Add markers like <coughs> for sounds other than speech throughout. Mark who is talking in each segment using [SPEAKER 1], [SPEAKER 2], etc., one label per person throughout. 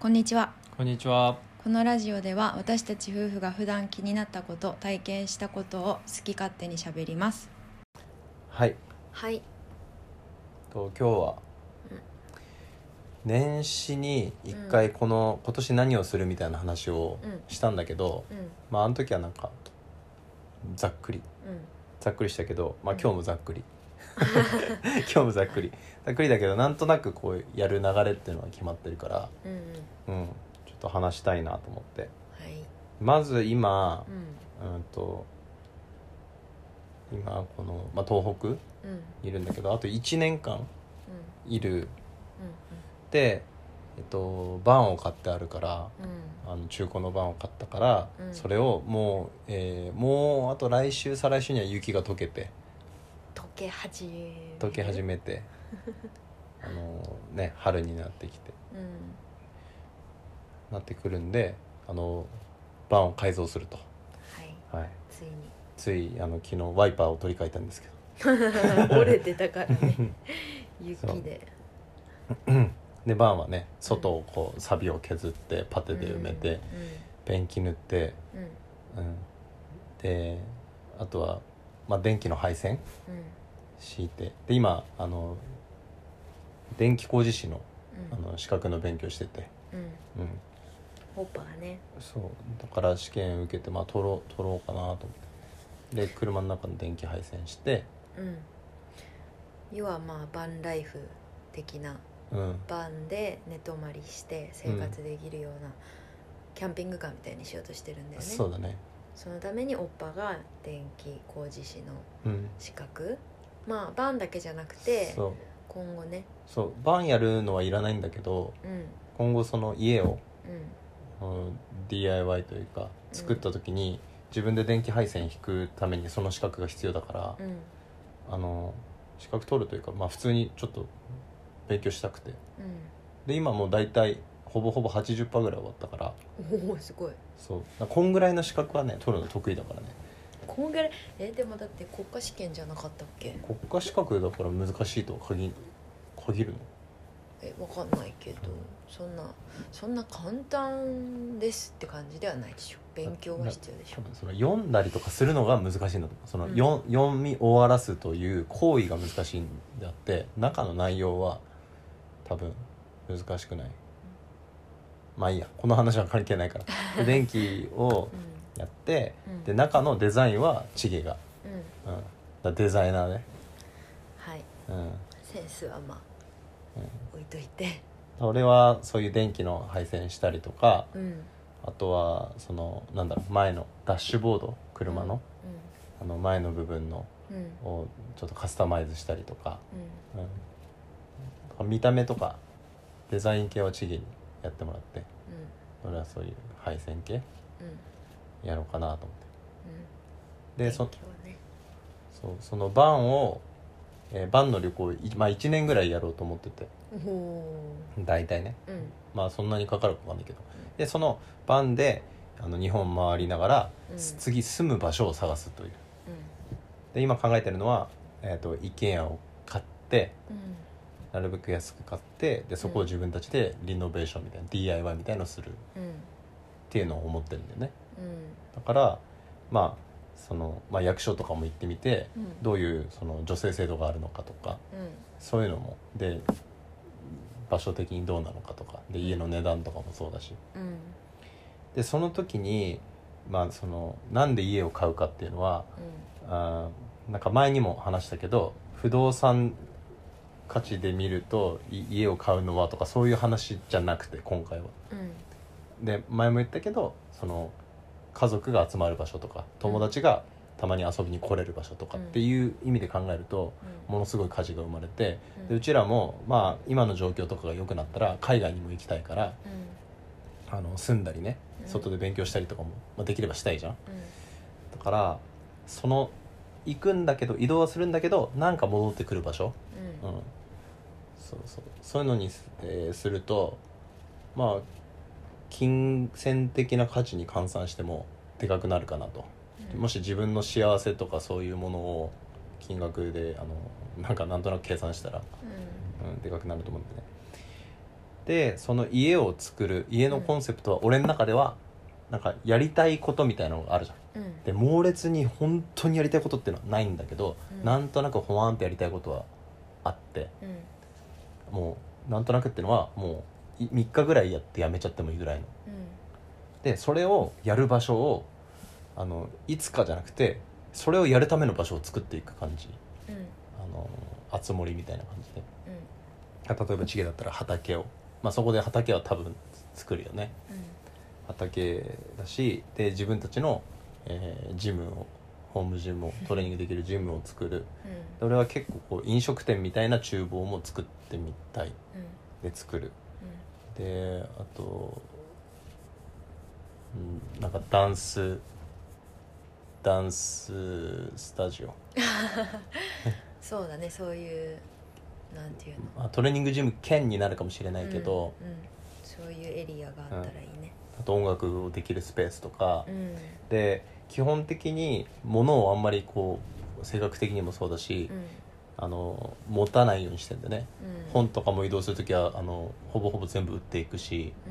[SPEAKER 1] こんにちは
[SPEAKER 2] こんにちは。
[SPEAKER 1] このラジオでは私たち夫婦が普段気になったこと体験したことを好き勝手にしゃべります
[SPEAKER 2] はい。
[SPEAKER 1] はい
[SPEAKER 2] と今日は
[SPEAKER 1] うん
[SPEAKER 2] 年始に一回この今年何をするみたいな話を
[SPEAKER 1] うん
[SPEAKER 2] したんだけど、
[SPEAKER 1] うん
[SPEAKER 2] まああの時はなんかざっくりざっくりしたけど、まあ
[SPEAKER 1] うん
[SPEAKER 2] 今日もざっくり。 <laughs> 今日もざっくりざっくりだけどなんとなくこうやる流れっていうのは決まってるから、
[SPEAKER 1] うんうん
[SPEAKER 2] うん、ちょっと話したいなと思って
[SPEAKER 1] はい
[SPEAKER 2] まず今
[SPEAKER 1] う、ん
[SPEAKER 2] うん、と今この、まあ、東北
[SPEAKER 1] うんうん
[SPEAKER 2] にいるんだけどあと1年間いるで、えっと、バンを買ってあるから
[SPEAKER 1] うんうん
[SPEAKER 2] あの中古のバンを買ったから、
[SPEAKER 1] うん
[SPEAKER 2] それをもう、えーもうあと来週再来週には雪が溶けて
[SPEAKER 1] 溶け始め
[SPEAKER 2] 溶け始
[SPEAKER 1] め <laughs>
[SPEAKER 2] めてあの、ね、春になってきて
[SPEAKER 1] うん
[SPEAKER 2] なってくるんであのバンを改造すると、
[SPEAKER 1] はい
[SPEAKER 2] はい、
[SPEAKER 1] つい
[SPEAKER 2] <laughs>
[SPEAKER 1] に
[SPEAKER 2] ついあの昨日ワイパーを取り替えたんですけ
[SPEAKER 1] 折れてたからね
[SPEAKER 2] <laughs> ど
[SPEAKER 1] 雪で
[SPEAKER 2] でバンはね外をこうサビを削ってパテで埋めて、ペンキ塗って、
[SPEAKER 1] うんうん
[SPEAKER 2] うん、であとは、まあ、電気の配線
[SPEAKER 1] うん
[SPEAKER 2] 敷いてで今あの電気工事士のあ
[SPEAKER 1] うん
[SPEAKER 2] の資格の勉強してて、
[SPEAKER 1] うん
[SPEAKER 2] うん、
[SPEAKER 1] ホッパーね
[SPEAKER 2] そうだから試験受けて、まあ、取ろう取ろうかなと思ってで車の中の電気配線して、
[SPEAKER 1] うん要はまあバンライフ的な
[SPEAKER 2] うん、
[SPEAKER 1] バンで寝泊まりして生活できるようなキャンピングカーみたいにしようとしてるんだよね、
[SPEAKER 2] そうだね、
[SPEAKER 1] そのためにおっぱが電気工事士の
[SPEAKER 2] うん、
[SPEAKER 1] 資格まあバンだけじゃなくて
[SPEAKER 2] そう
[SPEAKER 1] 今後ね
[SPEAKER 2] そうバンやるのはいらないんだけど
[SPEAKER 1] うんうん
[SPEAKER 2] 今後その家をうん DIY というか作った時に自分で電気配線引くためにその資格が必要だから、
[SPEAKER 1] うん
[SPEAKER 2] あの資格取るというか、まあ、普通にちょっと勉強したくてで今もう大体ほぼほぼ80%ぐらい終わったから
[SPEAKER 1] うんおおすごい
[SPEAKER 2] そうだからこんぐらいの資格はね取るの得意だからね
[SPEAKER 1] こんぐらいえでもだって国家試験じゃなかったっけ
[SPEAKER 2] 国家資格だから難しいとは限限るの
[SPEAKER 1] えわかんないけどそんなそんな簡単ですって感じではないでしょ勉強は必要でし
[SPEAKER 2] 多
[SPEAKER 1] ょ
[SPEAKER 2] 分その読んだりとかするのが難しいんだと思うその、
[SPEAKER 1] うん
[SPEAKER 2] よん読み終わらすという行為が難しいんであって中の内容は多分難しくないまあいいやこの話は関係ないからで電気をやって
[SPEAKER 1] うんうん
[SPEAKER 2] で中のデザインはチゲが、
[SPEAKER 1] うん
[SPEAKER 2] うん、だからデザイナーね、
[SPEAKER 1] はい
[SPEAKER 2] うん、
[SPEAKER 1] センスはまあ、置いといて
[SPEAKER 2] 俺はそういう電気の配線したりとか
[SPEAKER 1] うん
[SPEAKER 2] あとはそのなんだろう前のダッシュボード車の,、あの前の部分の
[SPEAKER 1] うんうん
[SPEAKER 2] をちょっとカスタマイズしたりとか、
[SPEAKER 1] うん
[SPEAKER 2] うん、見た目とかデザイン系はチゲにやってもらって俺はそういう配線系
[SPEAKER 1] うんうん
[SPEAKER 2] やろうかなと思って
[SPEAKER 1] うん
[SPEAKER 2] でそ
[SPEAKER 1] 勉強ね
[SPEAKER 2] そうそのバンを、えーバンの旅行、いまあ、1年ぐらいやろうと思ってて
[SPEAKER 1] おお
[SPEAKER 2] 大体ね
[SPEAKER 1] ーうん
[SPEAKER 2] まあそんなにかかるかわかんないけどでそのバンであの日本回りながら、
[SPEAKER 1] うん
[SPEAKER 2] 次住む場所を探すというで今考えてるのは、えー、と一軒家を買って
[SPEAKER 1] うんうん
[SPEAKER 2] なるべく安く買ってでそこを自分たちでリノベーションみたいな、DIY みたいのをするっ
[SPEAKER 1] うん
[SPEAKER 2] ていうのを思ってるんだよね
[SPEAKER 1] うん
[SPEAKER 2] だからまあその、まあ、役所とかも行ってみて
[SPEAKER 1] うん
[SPEAKER 2] どういうその女性制度があるのかとか
[SPEAKER 1] うん
[SPEAKER 2] そういうのもで場所的にどうなのかとかで家の値段とかもそうだし
[SPEAKER 1] うん
[SPEAKER 2] でその時にまあそのなんで家を買うかっていうのはあーなんか前にも話したけど不動産価値で見るとい家を買うのはとかそういう話じゃなくて今回は。
[SPEAKER 1] うんうん
[SPEAKER 2] で前も言ったけどその家族が集まる場所とか友達がたまに遊びに来れる場所とかっていう意味で考えると、ものすごい価値が生まれて
[SPEAKER 1] うん
[SPEAKER 2] でうちらもまあ今の状況とかが良くなったら海外にも行きたいから
[SPEAKER 1] うん
[SPEAKER 2] あの住んだりね
[SPEAKER 1] うん
[SPEAKER 2] 外で勉強したりとかも、まあ、できればしたいじゃん。
[SPEAKER 1] うん
[SPEAKER 2] だからその行くんだけど移動はするんだけどなんか戻ってくる場所、
[SPEAKER 1] う
[SPEAKER 2] うんん、そうそうそういうのにす,、えーするとまあ金銭的な価値に換算してもでかくなるかなと、
[SPEAKER 1] うん
[SPEAKER 2] もし自分の幸せとかそういうものを金額であのなんかなんとなく計算したら、
[SPEAKER 1] うん
[SPEAKER 2] うん、でかくなると思うんでねでその家を作る家のコンセプトは俺の中ではなんかやりたいことみたいなのがあるじゃん
[SPEAKER 1] うん
[SPEAKER 2] で猛烈に本当にやりたいことっていうのはないんだけど、
[SPEAKER 1] うん
[SPEAKER 2] なんとなくほわんってやりたいことはあって
[SPEAKER 1] うん
[SPEAKER 2] もうなんとなくっていうのはもう3日ぐらいやってやめちゃってもいいぐらいのでそれをやる場所をあのいつかじゃなくてそれをやるための場所を作っていく感じ
[SPEAKER 1] うんうん
[SPEAKER 2] あのあつ森みたいな感じで例えばチゲだったら畑を、まあ、そこで畑は多分作るよね畑だしで自分たちの、えージムをホームジムをトレーニングできるジムを作るで俺は結構こう飲食店みたいな厨房も作ってみたい
[SPEAKER 1] うんうんうん
[SPEAKER 2] で作るであと、うん、なんかダンスダンススタジオ、
[SPEAKER 1] そうだねそういうなんていうの
[SPEAKER 2] まあ、トレーニングジム兼になるかもしれないけど、
[SPEAKER 1] うんうんそういうエリアがあったらいいね
[SPEAKER 2] あと音楽をできるスペースとか、
[SPEAKER 1] うん
[SPEAKER 2] で基本的に物をあんまりこう性格的にもそうだし、
[SPEAKER 1] うん
[SPEAKER 2] あの持たないようにしてんだよね、
[SPEAKER 1] うん
[SPEAKER 2] 本とかも移動する時はあのほぼほぼ全部売っていくし
[SPEAKER 1] うん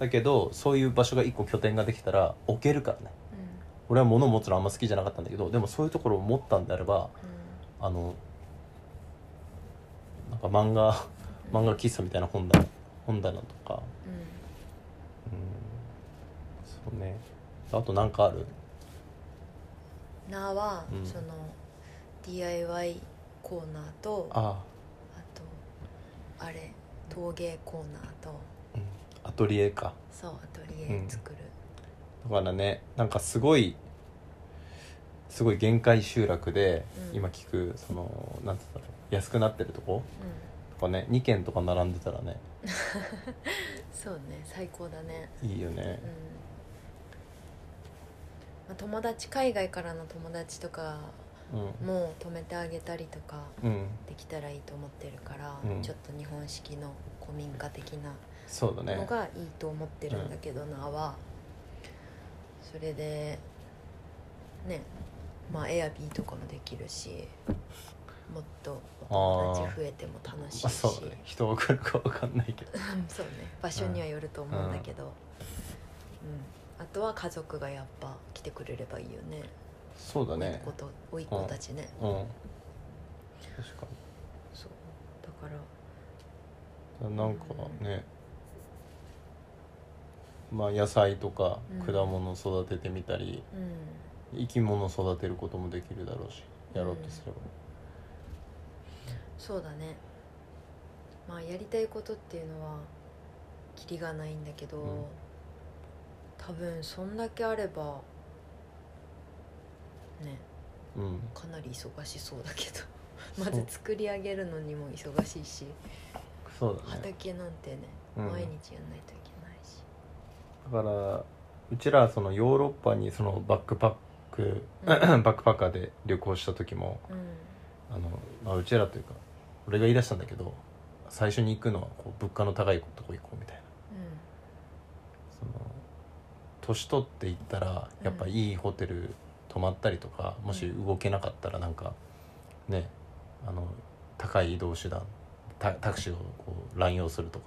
[SPEAKER 2] だけどそういう場所が一個拠点ができたら置けるからね俺は物を持つのあんま好きじゃなかったんだけどでもそういうところを持ったんであれば
[SPEAKER 1] う
[SPEAKER 2] あのなんか漫画 <laughs> 漫画喫茶みたいな本棚本棚とか
[SPEAKER 1] んうんうん
[SPEAKER 2] うんそうねあとなんかある
[SPEAKER 1] なは、
[SPEAKER 2] うん
[SPEAKER 1] その DIY コーナーとあ
[SPEAKER 2] あ
[SPEAKER 1] とあれ陶芸コーナーと
[SPEAKER 2] あ、うん、アトリエか
[SPEAKER 1] そうアトリエ作る、
[SPEAKER 2] だからねなんかすごいすごい限界集落で、
[SPEAKER 1] うん
[SPEAKER 2] 今聞くそのなんて言うんだろう安くなってるとこ
[SPEAKER 1] うん
[SPEAKER 2] とかね2軒とか並んでたらね
[SPEAKER 1] そうね最高だね
[SPEAKER 2] いいよ
[SPEAKER 1] うん、
[SPEAKER 2] ね
[SPEAKER 1] まあ、友達海外からの友達とか
[SPEAKER 2] うん
[SPEAKER 1] も泊めてあげたりとか
[SPEAKER 2] うん
[SPEAKER 1] できたらいいと思ってるから、
[SPEAKER 2] うん
[SPEAKER 1] ちょっと日本式の古民家的な
[SPEAKER 2] そうだ
[SPEAKER 1] の
[SPEAKER 2] ね
[SPEAKER 1] がいいと思ってるんだけどなは、それでねまあエアビーとかもできるしもっとお友達増えても楽しいし
[SPEAKER 2] あそうだね人が来るか分かんないけど
[SPEAKER 1] うんそうね場所にはよると思うんだけど、うんあとは家族がやっぱ来てくれればいいよね
[SPEAKER 2] そうだ
[SPEAKER 1] 甥っ
[SPEAKER 2] ね
[SPEAKER 1] 子と甥っ子たちね、
[SPEAKER 2] うん確か
[SPEAKER 1] そうだから
[SPEAKER 2] になんかねまあ野菜とか
[SPEAKER 1] うん
[SPEAKER 2] 果物育ててみたり、
[SPEAKER 1] うん
[SPEAKER 2] 生き物育てることもできるだろうしやろうとすれば、
[SPEAKER 1] そうだねまあやりたいことっていうのはキリがないんだけど、
[SPEAKER 2] うん
[SPEAKER 1] 多分そんだけあればね
[SPEAKER 2] うん
[SPEAKER 1] かなり忙しそうだけ
[SPEAKER 2] そ
[SPEAKER 1] ど
[SPEAKER 2] う
[SPEAKER 1] まず作り上げるのにも忙しいし
[SPEAKER 2] そうだね
[SPEAKER 1] 畑なんてね、
[SPEAKER 2] うん
[SPEAKER 1] 毎日やんないといけないし。
[SPEAKER 2] だからうちらそのヨーロッパにそのバックパック、
[SPEAKER 1] う
[SPEAKER 2] <coughs> バックパッカーで旅行した時も
[SPEAKER 1] うん
[SPEAKER 2] あの、まあ、うちらというか俺が言い出したんだけど最初に行くのはこう物価の高いとこ行こうみたいなその年取って行ったらやっぱいいホテル泊まったりとか、もし動けなかったらなんかねあの高い移動手段タタクシーをこう乱用するとか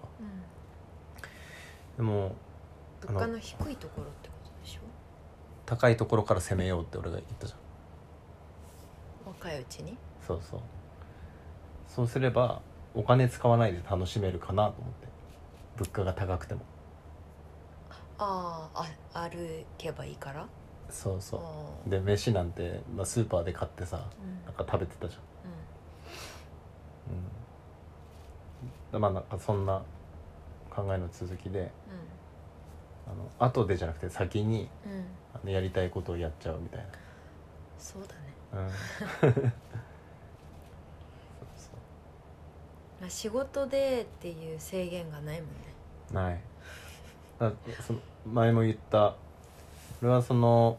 [SPEAKER 1] うんうん
[SPEAKER 2] でも
[SPEAKER 1] 物価の低いところってことでしょ
[SPEAKER 2] 高いところから攻めようって俺が言ったじゃん
[SPEAKER 1] 若いうちに
[SPEAKER 2] そうそうそうすればお金使わないで楽しめるかなと思って物価が高くても
[SPEAKER 1] あーあ歩けばいいから
[SPEAKER 2] そう
[SPEAKER 1] あ
[SPEAKER 2] そ
[SPEAKER 1] ー
[SPEAKER 2] うで飯なんて、まあ、スーパーで買ってさ
[SPEAKER 1] うん
[SPEAKER 2] なんか食べてたじゃんうんまあなんかそんな考えの続きであの後でじゃなくて先に
[SPEAKER 1] うんうんうん
[SPEAKER 2] あのやりたいことをやっちゃうみたい
[SPEAKER 1] そうだね、
[SPEAKER 2] な、 <laughs> うん、そう
[SPEAKER 1] まあ、仕事でっていう制限がないもんね
[SPEAKER 2] そうないだその前も言った俺はその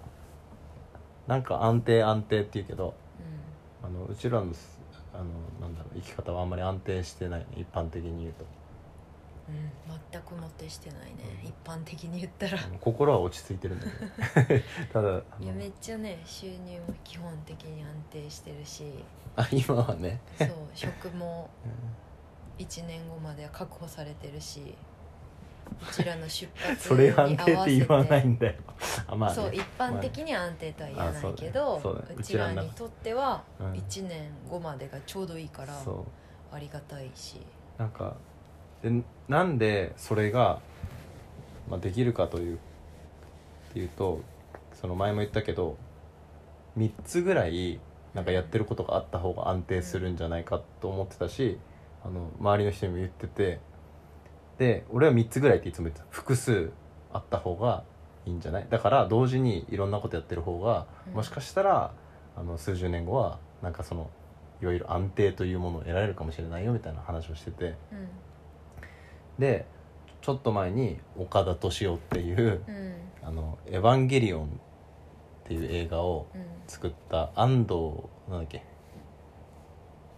[SPEAKER 2] なんか安定安定って言うけどあのうちらのすあのなんだろう生き方はあんまり安定してないね一般的に言うと
[SPEAKER 1] うん、うん、全くもってしてないね一般的に言ったら
[SPEAKER 2] あの心は落ち着いてるんだけど <laughs> ただあ
[SPEAKER 1] いや
[SPEAKER 2] の
[SPEAKER 1] めっちゃね収入も基本
[SPEAKER 2] <laughs>
[SPEAKER 1] 的に安定してるし
[SPEAKER 2] あ今はね、
[SPEAKER 1] そう職も
[SPEAKER 2] うん
[SPEAKER 1] 1年後までは確保されてるしうちらの出発に合わせて
[SPEAKER 2] それ安定って言わないんだよあまあ、ね、
[SPEAKER 1] そう一般的に安定とは言わないけど、
[SPEAKER 2] あそうだねそうだね
[SPEAKER 1] うちら
[SPEAKER 2] うちら
[SPEAKER 1] に
[SPEAKER 2] の
[SPEAKER 1] とっては
[SPEAKER 2] うん
[SPEAKER 1] 1年後までがちょうどいいから
[SPEAKER 2] そう
[SPEAKER 1] ありがたいし
[SPEAKER 2] なんかでなんでそれが、まあ、できるかというっていうとその前も言ったけど3つぐらいなんかやってることがあった方が安定するんじゃないかと思ってたしあの周りの人にも言っててで俺は3つぐらいっていつも言ってた複数あった方がいいんじゃないだから同時にいろんなことやってる方が
[SPEAKER 1] うん
[SPEAKER 2] もしかしたらあの数十年後はなんかそのいわゆる安定というものを得られるかもしれないよみたいな話をしてて
[SPEAKER 1] うん
[SPEAKER 2] でちょっと前に岡田敏夫っていう
[SPEAKER 1] うん
[SPEAKER 2] 「あのエヴァンゲリオン」っていう映画を
[SPEAKER 1] うん
[SPEAKER 2] 作った安藤なんだっけ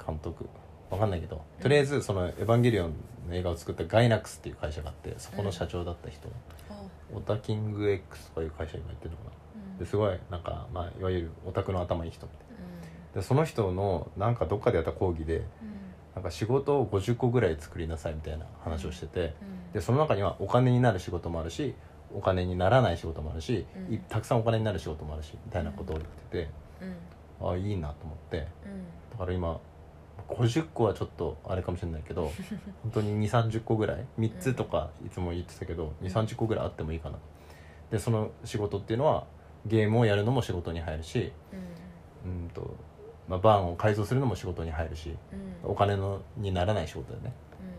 [SPEAKER 2] 監督わかんないけどとりあえずその「エヴァンゲリオン」の映画を作ったガイナックスっていう会社があってそこの社長だった人、
[SPEAKER 1] あ
[SPEAKER 2] オタキング X とかいう会社にもやってるのかな
[SPEAKER 1] うん
[SPEAKER 2] ですごいなんか、まあ、いわゆるオタクの頭いい人みたい
[SPEAKER 1] うん
[SPEAKER 2] なでその人のなんかどっかでやった講義でなんか仕事を50個ぐらい作りなさいみたいな話をしてて、
[SPEAKER 1] うん
[SPEAKER 2] でその中にはお金になる仕事もあるしお金にならない仕事もあるし、
[SPEAKER 1] うん
[SPEAKER 2] いたくさんお金になる仕事もあるしみたいなことを言ってて、
[SPEAKER 1] うん
[SPEAKER 2] ああいいなと思って
[SPEAKER 1] うん
[SPEAKER 2] だから今50個はちょっとあれかもしれない
[SPEAKER 1] <laughs>
[SPEAKER 2] けど本当に2 3 0個ぐらい3つとかいつも言ってたけど、
[SPEAKER 1] うん
[SPEAKER 2] 2 3 0個ぐらいあってもいいかなでその仕事っていうのはゲームをやるのも仕事に入るしうんと、まあ、バーンを改造するのも仕事に入るし
[SPEAKER 1] うん
[SPEAKER 2] お金のにならない仕事だよね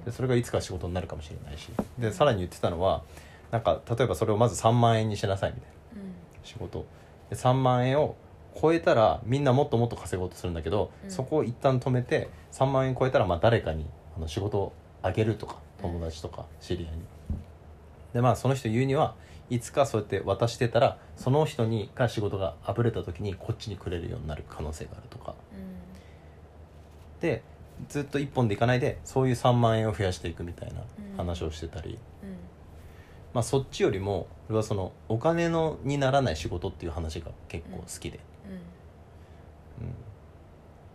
[SPEAKER 1] う
[SPEAKER 2] で
[SPEAKER 1] ん
[SPEAKER 2] それがいつか仕事になるかもしれないしでさらに言ってたのはなんか例えばそれをまず3万円にしなさいみたいな
[SPEAKER 1] うん
[SPEAKER 2] 仕事で3万円を超えたらみんなもっともっと稼ごうとするんだけど、
[SPEAKER 1] うん
[SPEAKER 2] そこを一旦止めて3万円超えたらまあ誰かにあの仕事をあげるとか友達とか知り合いに、でまあその人言うにはいつかそうやって渡してたらその人にが仕事があぶれた時にこっちにくれるようになる可能性があるとか
[SPEAKER 1] うん
[SPEAKER 2] でずっと1本でいかないでそういう3万円を増やしていくみたいな話をしてたり、
[SPEAKER 1] うん
[SPEAKER 2] まあ、そっちよりも俺はそのお金のにならない仕事っていう話が結構好きで、うん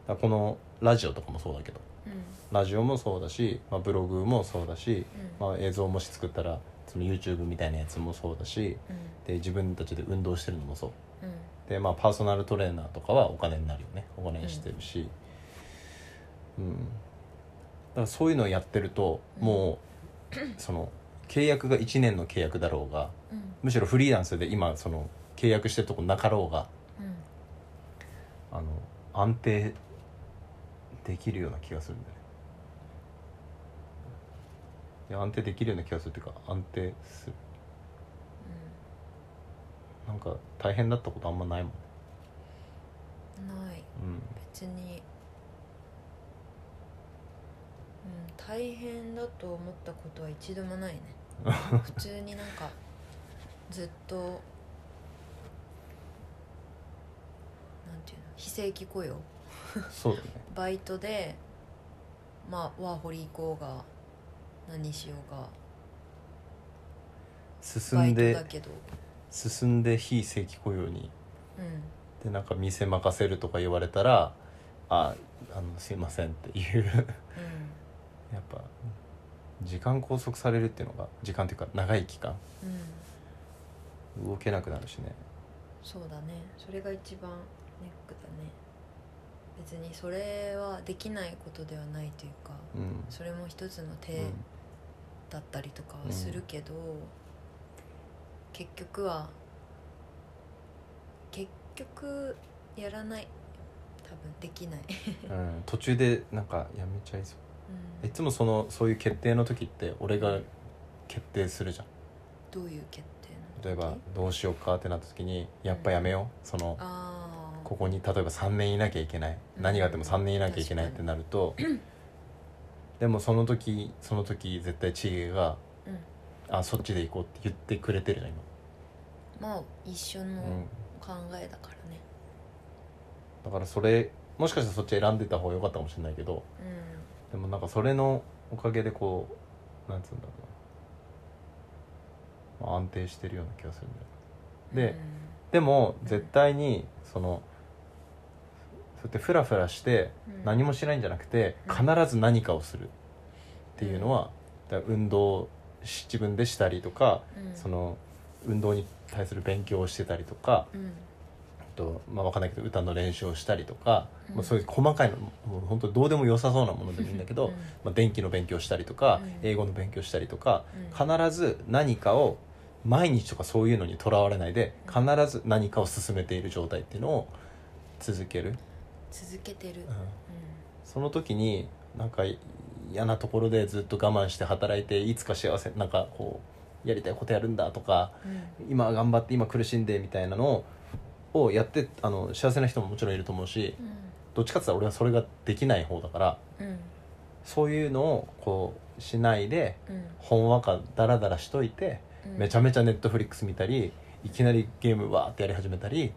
[SPEAKER 2] だからこのラジオとかもそうだけど
[SPEAKER 1] うんうん
[SPEAKER 2] ラジオもそうだし、まあ、ブログもそうだし、
[SPEAKER 1] うん
[SPEAKER 2] まあ、映像もし作ったらその YouTube みたいなやつもそうだしで自分たちで運動してるのもそう
[SPEAKER 1] うんうん
[SPEAKER 2] でまあパーソナルトレーナーとかはお金になるよねお金にしてるしうん、だからそういうのをやってるともう、その契約が1年の契約だろうが
[SPEAKER 1] うん
[SPEAKER 2] むしろフリーランスで今その契約してるとこなかろうが
[SPEAKER 1] うん
[SPEAKER 2] あの安定できるような気がするんだよねいや安定できるような気がするっていうか安定するなんか大変だったことあんまないもん、
[SPEAKER 1] うんない
[SPEAKER 2] うん、
[SPEAKER 1] 別に、うん、大変だと思ったことは一度もないね普通になんかずっとなんていうの非正規雇用
[SPEAKER 2] そうだね
[SPEAKER 1] バイトでまあワーホリ行こうが何しようがバ
[SPEAKER 2] 進ん
[SPEAKER 1] イト
[SPEAKER 2] で
[SPEAKER 1] だけど
[SPEAKER 2] 進んで非正規雇用に
[SPEAKER 1] うん
[SPEAKER 2] でなんか店任せるとか言われたらああのすいませんっていう <laughs> やっぱ時間拘束されるっていうのが時間っていうか長い期間
[SPEAKER 1] うんうん
[SPEAKER 2] 動けなくなるしね
[SPEAKER 1] そうだねそれが一番ネックだね別にそれはできないことではないというか
[SPEAKER 2] うん、
[SPEAKER 1] それも一つの手
[SPEAKER 2] うん
[SPEAKER 1] だったりとかはするけど、結局は結局やらない多分できない、
[SPEAKER 2] うん、途中でなんかやめちゃいそううんいつもそのそういう決定の時って俺が決定するじゃん
[SPEAKER 1] どういう決定の
[SPEAKER 2] 例えばどうしようかってなった時にやっぱやめようその
[SPEAKER 1] ああ
[SPEAKER 2] ここに例えば3年いなきゃいけない何があっても3年いなきゃいけないってなると <clears throat> でもその時その時絶対チゲが
[SPEAKER 1] うん
[SPEAKER 2] 「あそっちで行こう」って言ってくれてるじゃん今、
[SPEAKER 1] まあ一緒の
[SPEAKER 2] うん、
[SPEAKER 1] 考えだからね
[SPEAKER 2] だからそれもしかしたらそっち選んでた方が良かったかもしれないけどでもなんかそれのおかげでこうなんつうんだろうな、まあ、安定してるような気がするんだよ
[SPEAKER 1] うん
[SPEAKER 2] ででも絶対にそのそうやってフラフラして
[SPEAKER 1] うん
[SPEAKER 2] 何もしないんじゃなくて
[SPEAKER 1] う
[SPEAKER 2] 必ず何かをするっていうのは、だから運動をし自分でしたりとか、
[SPEAKER 1] うん
[SPEAKER 2] その運動に対する勉強をしてたりとか、
[SPEAKER 1] うん
[SPEAKER 2] あとまあ、分かんないけど歌の練習をしたりとか、
[SPEAKER 1] うん
[SPEAKER 2] まあ、そういう細かいのもう本当どうでも良さそうなものでもいいんだけど、
[SPEAKER 1] うん
[SPEAKER 2] まあ、電気の勉強したりとか、
[SPEAKER 1] うん
[SPEAKER 2] 英語の勉強したりとか、
[SPEAKER 1] うん
[SPEAKER 2] 必ず何かを毎日とかそういうのにとらわれないで必ず何かを進めている状態っていうのを続ける、
[SPEAKER 1] 続けてる、
[SPEAKER 2] うん
[SPEAKER 1] う
[SPEAKER 2] その時になんか嫌なところでずっと我慢して働いていつか幸せなんかこうやりたいことやるんだとか
[SPEAKER 1] ん
[SPEAKER 2] 今頑張って今苦しんでみたいなのををやってあの幸せな人ももちろんいると思うしどっちかって言ったら俺はそれができない方だから
[SPEAKER 1] うんうん
[SPEAKER 2] そういうのをこうしないで
[SPEAKER 1] うん
[SPEAKER 2] ほんわかダラダラしといて
[SPEAKER 1] うん
[SPEAKER 2] めちゃめちゃネットフリックス見たりいきなりゲームわーってやり始めたりっ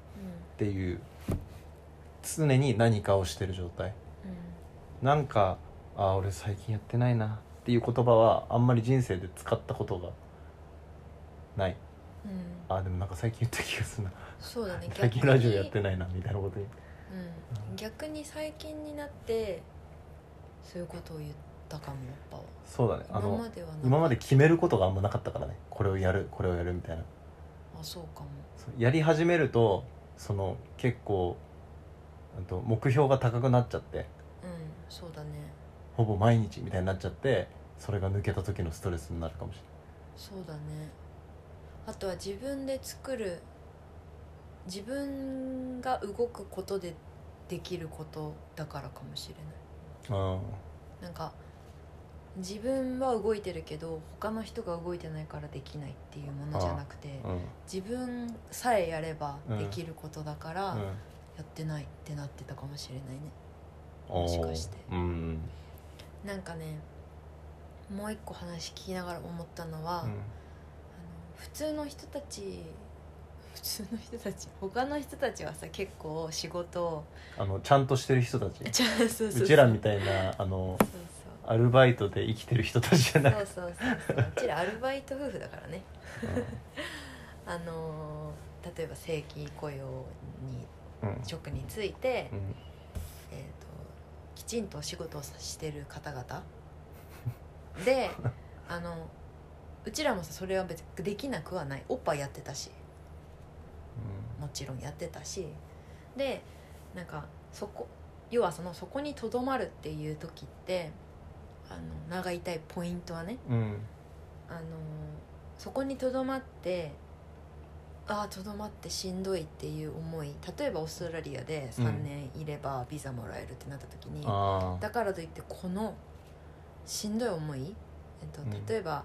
[SPEAKER 2] ていう常に何かをしてる状態
[SPEAKER 1] うん
[SPEAKER 2] なんかあー俺最近やってないなっていう言葉はあんまり人生で使ったことがない
[SPEAKER 1] うんうん
[SPEAKER 2] あーでもなんか最近言った気がするな
[SPEAKER 1] そうだね
[SPEAKER 2] <laughs> 最近ラジオやって
[SPEAKER 1] る、
[SPEAKER 2] ないなみたいなことに
[SPEAKER 1] うん、逆に最近になってそういうことを言ったかもやっぱ
[SPEAKER 2] そうだねあ
[SPEAKER 1] 今
[SPEAKER 2] の
[SPEAKER 1] まではな
[SPEAKER 2] 今まで決めることがあんまなかったからねこれをやるこれをやるみたいな
[SPEAKER 1] あそうかも
[SPEAKER 2] そうやり始めるとその結構あと目標が高くなっちゃって
[SPEAKER 1] うんそうだね
[SPEAKER 2] ほぼ毎日みたいになっちゃってそれが抜けた時のストレスになるかもし
[SPEAKER 1] そうだねあとは自分で作る自分が動くことでできることだからかもしれない
[SPEAKER 2] れない、
[SPEAKER 1] なんか自分は動いてるけど他の人が動いてないからできないっていうものじゃなくて
[SPEAKER 2] うんうん
[SPEAKER 1] 自分さえやればできることだから
[SPEAKER 2] う
[SPEAKER 1] やっ
[SPEAKER 2] ん
[SPEAKER 1] てないってなってたかもしれないね
[SPEAKER 2] おー
[SPEAKER 1] もしかして
[SPEAKER 2] うんうん
[SPEAKER 1] なんかねもう一個話聞きながら思ったのは、
[SPEAKER 2] う
[SPEAKER 1] あの
[SPEAKER 2] ん
[SPEAKER 1] 普通の人たち普通の人たち他の人たちはさ結構仕事を
[SPEAKER 2] あのちゃんとしてる人たち
[SPEAKER 1] じゃ <laughs> あそうそうそう
[SPEAKER 2] うちらみたいなあの
[SPEAKER 1] そう
[SPEAKER 2] アルバイトで生きてる人たちじ
[SPEAKER 1] そ
[SPEAKER 2] ゃ
[SPEAKER 1] う
[SPEAKER 2] なく
[SPEAKER 1] そうそうそうそううちらアルバイト夫婦だからねあのー例えば正規雇用に
[SPEAKER 2] うんうん
[SPEAKER 1] 職について、
[SPEAKER 2] うん
[SPEAKER 1] えー、ときちんとお仕事をさしてる方々
[SPEAKER 2] <laughs>
[SPEAKER 1] であのうちらもさそれは別にできなくはないおっぱいやってたしもちろんやってたしでなんかそこ要はそのそこにとどまるっていう時ってあの長いたいポイントはね
[SPEAKER 2] うんうん
[SPEAKER 1] あのそこにとどまってああとどまってしんどいっていう思い例えばオーストラリアで
[SPEAKER 2] うん
[SPEAKER 1] 3年いればビザもらえるってなった時に、
[SPEAKER 2] ああ
[SPEAKER 1] だからといってこのしんどい思い、えっと
[SPEAKER 2] うん、
[SPEAKER 1] 例えば、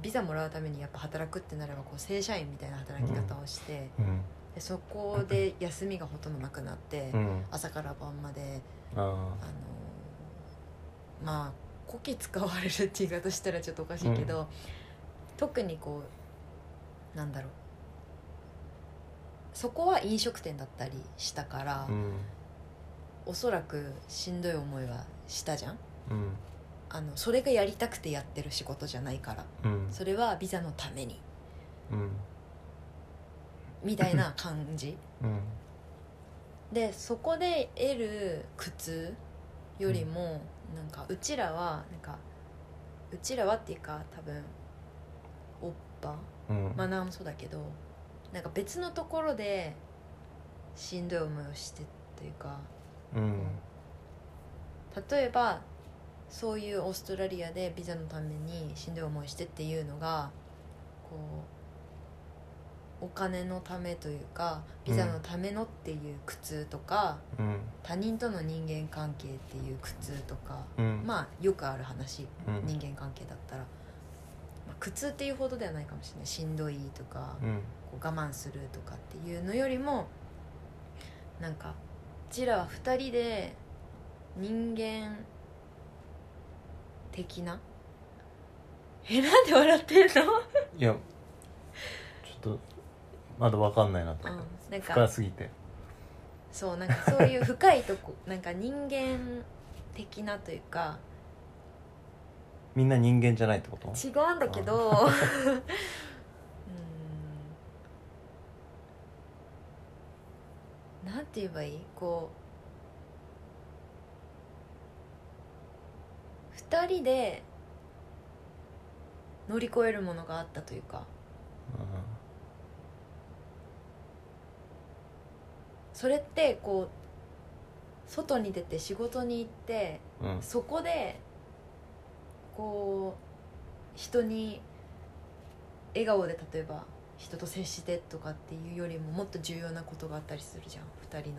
[SPEAKER 1] ビザもらうためにやっぱ働くってなればこう正社員みたいな働き方をして、
[SPEAKER 2] うん
[SPEAKER 1] でそこで休みがほとんどなくなって、
[SPEAKER 2] うん
[SPEAKER 1] 朝から晩まで
[SPEAKER 2] あ
[SPEAKER 1] あのまあこき使われるって言い方したらちょっとおかしいけど、特にこうなんだろうそこは飲食店だったりしたから、
[SPEAKER 2] ーうん
[SPEAKER 1] おそらくしんどい思いはしたじゃん
[SPEAKER 2] うん
[SPEAKER 1] あのそれがやりたくてやってる仕事じゃないから
[SPEAKER 2] うん
[SPEAKER 1] それはビザのために
[SPEAKER 2] うん
[SPEAKER 1] みたいな感じ
[SPEAKER 2] うん
[SPEAKER 1] でそこで得る苦痛よりも、なんかうちらはなんかうちらはっていうか多分おっぱ
[SPEAKER 2] うん
[SPEAKER 1] マナーもそうだけどなんか別のところでしんどい思いをしてっていうか
[SPEAKER 2] うん
[SPEAKER 1] 例えばそういうオーストラリアでビザのためにしんどい思いしてっていうのがこうお金のためというかビザのためのっていう苦痛とか、
[SPEAKER 2] うん
[SPEAKER 1] 他人との人間関係っていう苦痛とか、
[SPEAKER 2] うん
[SPEAKER 1] まあよくある話
[SPEAKER 2] うん
[SPEAKER 1] 人間関係だったら、まあ苦痛っていうほどではないかもしれないしんどいとか、
[SPEAKER 2] うん
[SPEAKER 1] こう我慢するとかっていうのよりもなんかうちらは2人で人間的なえなんで笑ってんの、
[SPEAKER 2] いやちょっとまだわかんないなと思って
[SPEAKER 1] うん、なん
[SPEAKER 2] 深
[SPEAKER 1] か
[SPEAKER 2] すぎて
[SPEAKER 1] そうなんかそういう深いとこなんか人間的なというか
[SPEAKER 2] みんな人間じゃないってこと
[SPEAKER 1] 違うんだけどうーんなんて言えばいいこう2人で乗り越えるものがあったというかそれってこう外に出て仕事に行って
[SPEAKER 2] うんうん
[SPEAKER 1] そこでこう人に笑顔で例えば人と接してとかっていうよりももっと重要なことがあったりするじゃん2人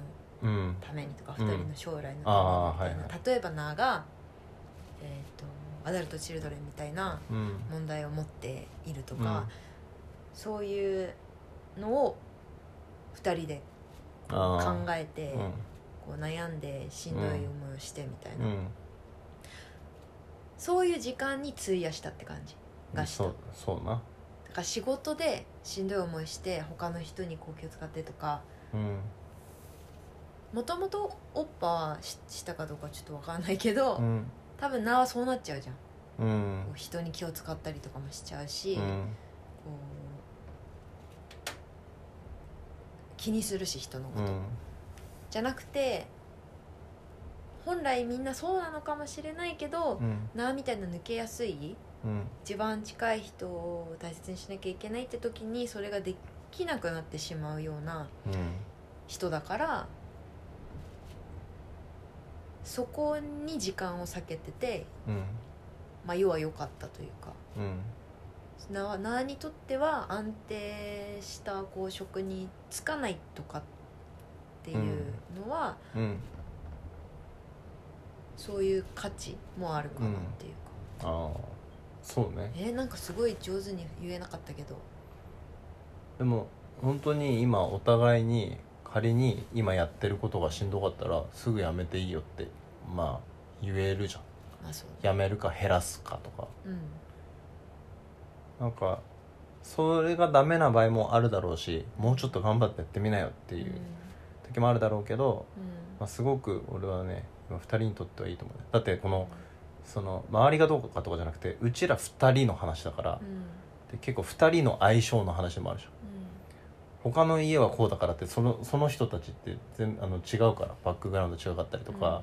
[SPEAKER 1] の
[SPEAKER 2] うん
[SPEAKER 1] ためにとか
[SPEAKER 2] うん
[SPEAKER 1] 2人の将来の
[SPEAKER 2] あー
[SPEAKER 1] ためにみたいな、
[SPEAKER 2] はい
[SPEAKER 1] 例えばなあが、えー、とアダルト・チルドレンみたいな
[SPEAKER 2] うん
[SPEAKER 1] 問題を持っていると
[SPEAKER 2] うん
[SPEAKER 1] か、そういうのを2人で考
[SPEAKER 2] あ
[SPEAKER 1] えて、
[SPEAKER 2] ーうん
[SPEAKER 1] こう悩んでしんどい思いをしてみたいな、
[SPEAKER 2] うん
[SPEAKER 1] そういう時間に費やしたって感じがした。
[SPEAKER 2] そうそう
[SPEAKER 1] だ
[SPEAKER 2] な
[SPEAKER 1] から仕事でしんどい思いして他の人に高級使ってとか
[SPEAKER 2] うん
[SPEAKER 1] もともとオッパはししたかどうかちょっと分かんないけど、
[SPEAKER 2] うん
[SPEAKER 1] 多分なはそうなっちゃうじゃん
[SPEAKER 2] うん
[SPEAKER 1] こう人に気を使ったりとかもしちゃうし、
[SPEAKER 2] う
[SPEAKER 1] こうん気にするし人の
[SPEAKER 2] う
[SPEAKER 1] こと、
[SPEAKER 2] ん
[SPEAKER 1] じゃなくて本来みんなそうなのかもしれないけど、
[SPEAKER 2] うん
[SPEAKER 1] なあみたいな抜けやすい
[SPEAKER 2] うん
[SPEAKER 1] 一番近い人を大切にしなきゃいけないって時にそれができなくなってしまうような
[SPEAKER 2] うん
[SPEAKER 1] 人だからそこに時間を避けてて、
[SPEAKER 2] うん
[SPEAKER 1] まあ、要は良かったというか
[SPEAKER 2] うん
[SPEAKER 1] ななにとっては安定したこう職に就かないとかっていうのは、
[SPEAKER 2] うん
[SPEAKER 1] そういう価値もあるかなっていうか、
[SPEAKER 2] ああそうね
[SPEAKER 1] えーなんかすごい上手に言えなかったけど
[SPEAKER 2] でも本当に今お互いに仮に今やってることがしんどかったらすぐやめていいよってまあ言えるじゃん
[SPEAKER 1] まあそうね
[SPEAKER 2] やめるか減らすかとか
[SPEAKER 1] うん
[SPEAKER 2] なんかそれがダメな場合もあるだろうしもうちょっと頑張ってやってみなよっていう時もあるだろうけど、
[SPEAKER 1] うん
[SPEAKER 2] まあ、すごく俺はね2人にとってはいいと思うねだってこのその周りがどうかとかじゃなくてうちら2人の話だから
[SPEAKER 1] うんうん
[SPEAKER 2] で結構2人の相性の話もあるじゃん他の家はこうだからってそのその人たちって全あの違うからバックグラウンド違かったりとか、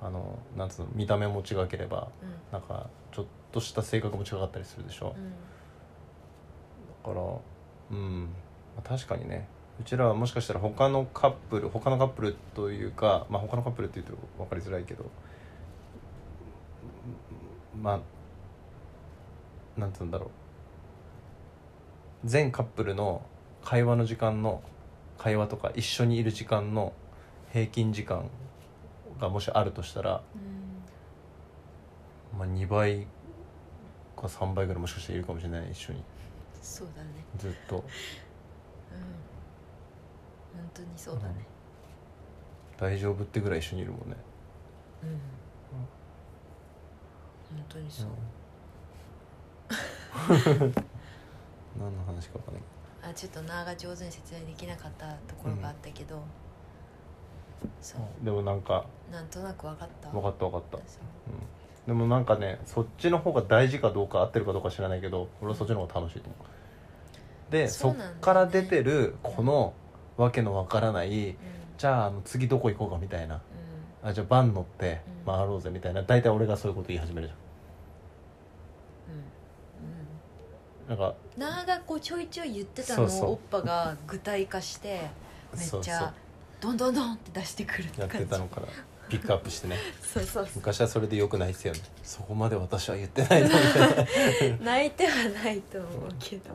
[SPEAKER 2] あのなんつうの見た目も違ければ
[SPEAKER 1] うん
[SPEAKER 2] なんかちょっとした性格も違かったりするでしょ
[SPEAKER 1] う、ん
[SPEAKER 2] だからうん、まあ確かにねうちらはもしかしたら他のカップル他のカップルというか、まあ、他のカップルって言うと分かりづらいけどまあなんつうんだろう全カップルの会話の時間の会話とか一緒にいる時間の平均時間がもしあるとしたら、
[SPEAKER 1] うん
[SPEAKER 2] まあ、2倍か3倍ぐらいもしかしたらいるかもしれない一緒に
[SPEAKER 1] そうだね
[SPEAKER 2] ずっと。
[SPEAKER 1] うん本当にそうだね
[SPEAKER 2] 大丈夫ってぐらい一緒にいるもんね、
[SPEAKER 1] うん、本当にそう、
[SPEAKER 2] <laughs> 何の話かわかんない
[SPEAKER 1] あちょっとなあが上手に説明できなかったところがあったけど、そう
[SPEAKER 2] でもなんか
[SPEAKER 1] なんとなく分かった
[SPEAKER 2] 分かった分かった、うん、
[SPEAKER 1] そ
[SPEAKER 2] でもなんかねそっちの方が大事かどうか合ってるかどうか知らないけど俺はそっちの方が楽しいと思うで
[SPEAKER 1] そ
[SPEAKER 2] そ,、
[SPEAKER 1] うなんだよね
[SPEAKER 2] っから出てるこのわけのわからないじ
[SPEAKER 1] う
[SPEAKER 2] ゃああの次どこ行こうかみたいな
[SPEAKER 1] うんうん
[SPEAKER 2] あじゃあバン乗って
[SPEAKER 1] うん
[SPEAKER 2] 回ろうぜみたいな大体俺がそういうこと言い始めるじ
[SPEAKER 1] う
[SPEAKER 2] ゃんなんか
[SPEAKER 1] んなあがこうちょいちょい言ってたの
[SPEAKER 2] そうそう
[SPEAKER 1] をおっぱが具体化してめ
[SPEAKER 2] そ
[SPEAKER 1] っ
[SPEAKER 2] う
[SPEAKER 1] ち
[SPEAKER 2] そ
[SPEAKER 1] ゃ
[SPEAKER 2] う
[SPEAKER 1] どんどんどんって出してくるって
[SPEAKER 2] やっ
[SPEAKER 1] 感じ
[SPEAKER 2] てたのからピックアップしてね
[SPEAKER 1] そうそう
[SPEAKER 2] <laughs>
[SPEAKER 1] そ
[SPEAKER 2] 昔はそれでよくないっすよねそこまで私は言ってないと思う
[SPEAKER 1] う泣いてはないと思うけど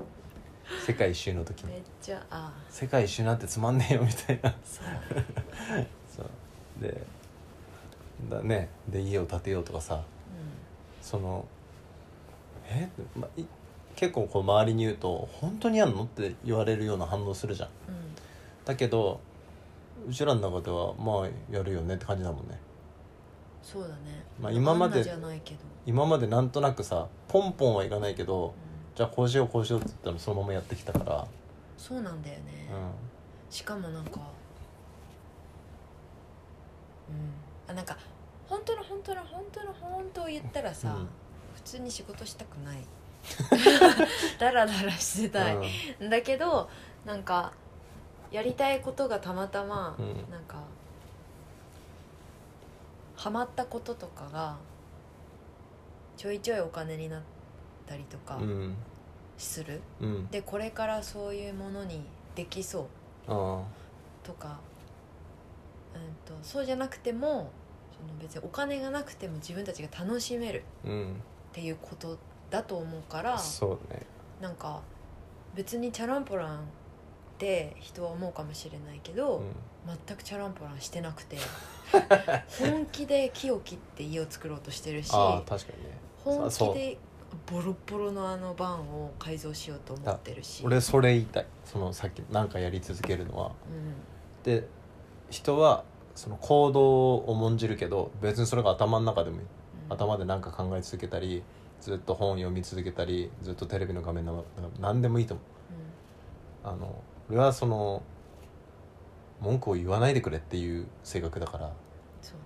[SPEAKER 2] 世界一周の時
[SPEAKER 1] め
[SPEAKER 2] に
[SPEAKER 1] っちゃあ
[SPEAKER 2] 世界一周なんてつまんねえよみたいな <laughs>
[SPEAKER 1] あそうね
[SPEAKER 2] そうでだねで家を建てようとかさそのえ、ま、い結構こう周りに言うと「本当にやんの?」って言われるような反応するじゃん
[SPEAKER 1] うん、うん
[SPEAKER 2] だけどうちらの中ではまあやるよねって感じだもんね
[SPEAKER 1] そうだね、
[SPEAKER 2] まあ今まで
[SPEAKER 1] あんなじゃないけど、
[SPEAKER 2] 今までなんとなくさポンポンはいかないけど
[SPEAKER 1] うん
[SPEAKER 2] じゃあこうしようこうしようって言ったらそのままやってきたから
[SPEAKER 1] そうなんだよね、
[SPEAKER 2] う
[SPEAKER 1] しかもなんかうんあなんか本当の本当の本当の本当を言ったらさ、
[SPEAKER 2] うん
[SPEAKER 1] 普通に仕事したくない <laughs> ダラダラしてたい
[SPEAKER 2] ん、、
[SPEAKER 1] だけどなんかやりたいことがたまたま、
[SPEAKER 2] うん
[SPEAKER 1] なんかハマったこととかがちょいちょいお金になったりとか
[SPEAKER 2] うん
[SPEAKER 1] する、
[SPEAKER 2] うん
[SPEAKER 1] でこれからそういうものにできそう
[SPEAKER 2] あ
[SPEAKER 1] とか、うん、とそうじゃなくてもその別にお金がなくても自分たちが楽しめる
[SPEAKER 2] あうん
[SPEAKER 1] っていうことだと思うから
[SPEAKER 2] そうね
[SPEAKER 1] なんか別にチャランポランって人は思うかもしれないけど、
[SPEAKER 2] うん
[SPEAKER 1] 全くチャランポランしてな
[SPEAKER 2] <laughs>
[SPEAKER 1] くて本気で木を切って家を作ろうとしてるし
[SPEAKER 2] ああ確かにね
[SPEAKER 1] 本
[SPEAKER 2] そ
[SPEAKER 1] 気
[SPEAKER 2] う
[SPEAKER 1] でボロボロのあのバンを改造しようと思ってるし、うん、
[SPEAKER 2] 俺それ言いたいそのさっきなんかやり続けるのはで人はその行動を重んじるけど別にそれが頭の中でも頭で何か考え続けたりずっと本読み続けたりずっとテレビの画面の何でもいいと思うあの俺はその文句を言わないでくれっていう性格だから
[SPEAKER 1] う